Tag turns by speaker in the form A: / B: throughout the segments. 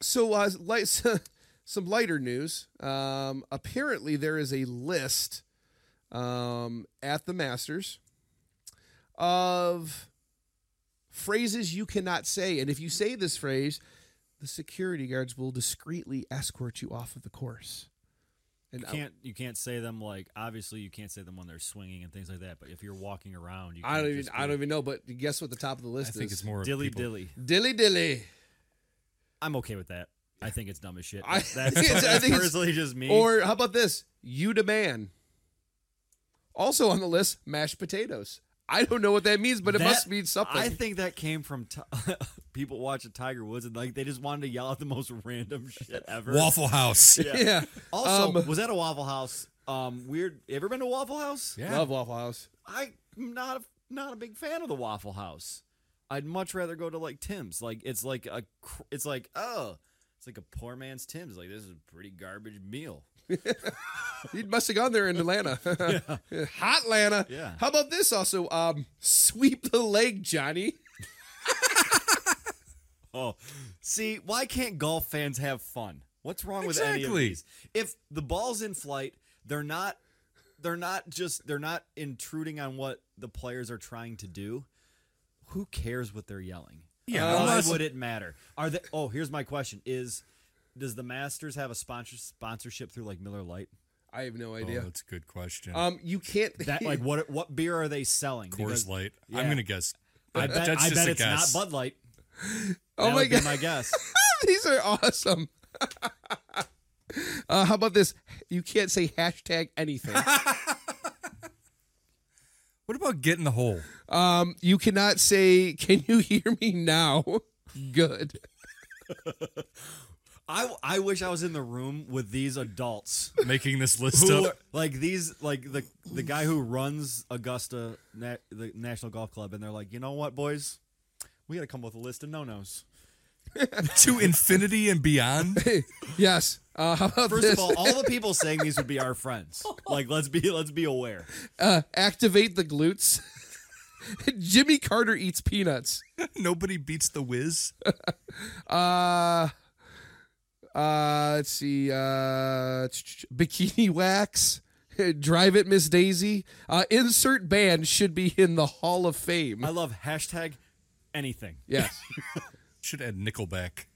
A: so uh, light, some lighter news. Um, apparently, there is a list um, at the Masters of phrases you cannot say, and if you say this phrase, the security guards will discreetly escort you off of the course. And
B: You can't you can't say them like obviously you can't say them when they're swinging and things like that. But if you're walking around, you
A: I, I
B: can
A: don't even
B: just
A: I
B: be
A: don't even know, but guess what the top of the
C: I
A: list is?
C: think it's more of
B: dilly
C: people-
B: dilly.
A: dilly dilly.
B: I'm okay with that. I think it's dumb as shit.
A: I- it's-
B: That's,
A: I
B: that's
A: think it's-
B: personally just me.
A: Or how about this? You demand. Also on the list, mashed potatoes. I don't know what that means, but it
B: That-
A: must mean something.
B: I think that came from t- people watching Tiger Woods and like they just wanted to yell out the most random shit ever.
C: Waffle House.
B: Yeah.
A: yeah.
B: Also,
A: Um,
B: was that a Waffle House? Um, weird. you Ever been to Waffle House?
C: Yeah.
A: Love Waffle House.
B: I'm not a, not a big fan of the Waffle House. I'd much rather go to like Tim's. Like it's like a cr- it's like oh it's like a poor man's Tim's. Like this is a pretty garbage meal.
A: You must have gone there in Atlanta. Hot Atlanta.
B: Yeah.
A: How about this also? Um, sweep the leg, Johnny.
B: Oh, see, why can't golf fans have fun? What's wrong with any of
C: Exactly.
B: these? If the ball's in flight, they're not. They're not just. They're not intruding on what the players are trying to do. Who cares what they're yelling?
C: Yeah,
B: why
C: unless-
B: would it matter? Are they? Oh, here's my question: Is does the Masters have a sponsor sponsorship through like Miller Lite?
A: I have no
C: Oh,
A: idea.
C: that's a good question.
A: um, you can't
B: That like what what beer are they selling? Because
C: Coors Light.
B: yeah.
C: I'm gonna guess.
B: I
C: That-
B: bet,
C: that's
B: I
C: just
B: bet
C: a
B: it's
C: guess.
B: not Bud Light.
A: Oh
B: That
A: my
B: would be
A: god.
B: my guess.
A: These are awesome. uh, how about this? You can't say hashtag anything. Um,
C: What about get in the hole?
A: um, you cannot say, can you hear me now? Good.
B: I I wish I was in the room with these adults.
C: Making this list
B: who,
C: up.
B: like these like the the guy who runs Augusta Na- the National Golf Club and they're like, "You know what, boys? We got to come up with a list of no-nos."
C: to infinity and beyond.
A: yes. Uh, how about
B: First
A: this?
B: of all, all the people saying these would be our friends. Like let's be let's be aware.
A: uh, activate the glutes. Jimmy Carter eats peanuts.
C: Nobody beats the whiz.
A: Uh, uh, let's see. Uh, ch- ch- bikini wax. Drive it, Miss Daisy. Uh, insert band should be in the Hall of Fame.
B: I love hashtag anything.
A: Yes.
C: Should add Nickelback.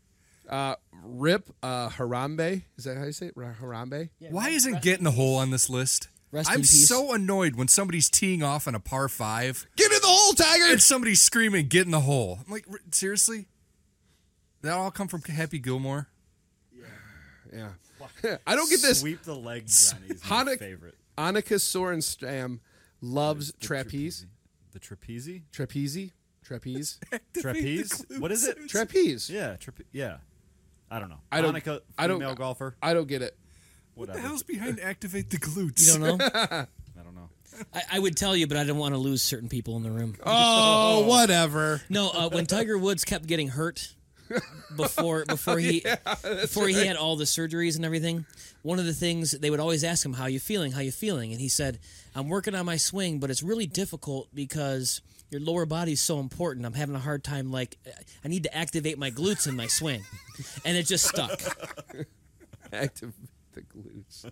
A: Rip uh, Harambe. Is that how you say it? Ra- Harambe?
C: Why isn't get in the hole on this list?
A: Rest
C: I'm
A: in peace.
C: so annoyed when somebody's teeing off on a par five
A: Get in the hole, Tiger!
C: and somebody's screaming "Get in the hole." I'm like, "R- seriously? That all come from Happy Gilmore?
A: Yeah. I don't get this.
B: Sweep the leg, Johnny's my
A: Hanukkah-
B: favorite.
A: Annika Sorenstam loves trapeze.
B: The trapeze?
A: Trapeze? Trapeze?
B: Trapeze? What is it?
A: Trapeze.
B: yeah, trape- yeah. I don't know.
A: I don't-
B: Hanukkah,
A: I don't-
B: female golfer,
A: I don't get it.
C: What the
B: whatever.
C: hell's behind activate the glutes?
D: You don't know?
B: I don't know.
D: I, I would tell you, but I don't want to lose certain people in the room.
A: Oh, whatever.
D: No, uh, when Tiger Woods kept getting hurt before before he before he had all the surgeries and everything, one of the things they would always ask him, "How you feeling? How you feeling?" And he said, "I'm working on my swing, but it's really difficult because your lower body's so important. I'm having a hard time. Like, I need to activate my glutes in my swing, and it just stuck."
A: Activate the glutes.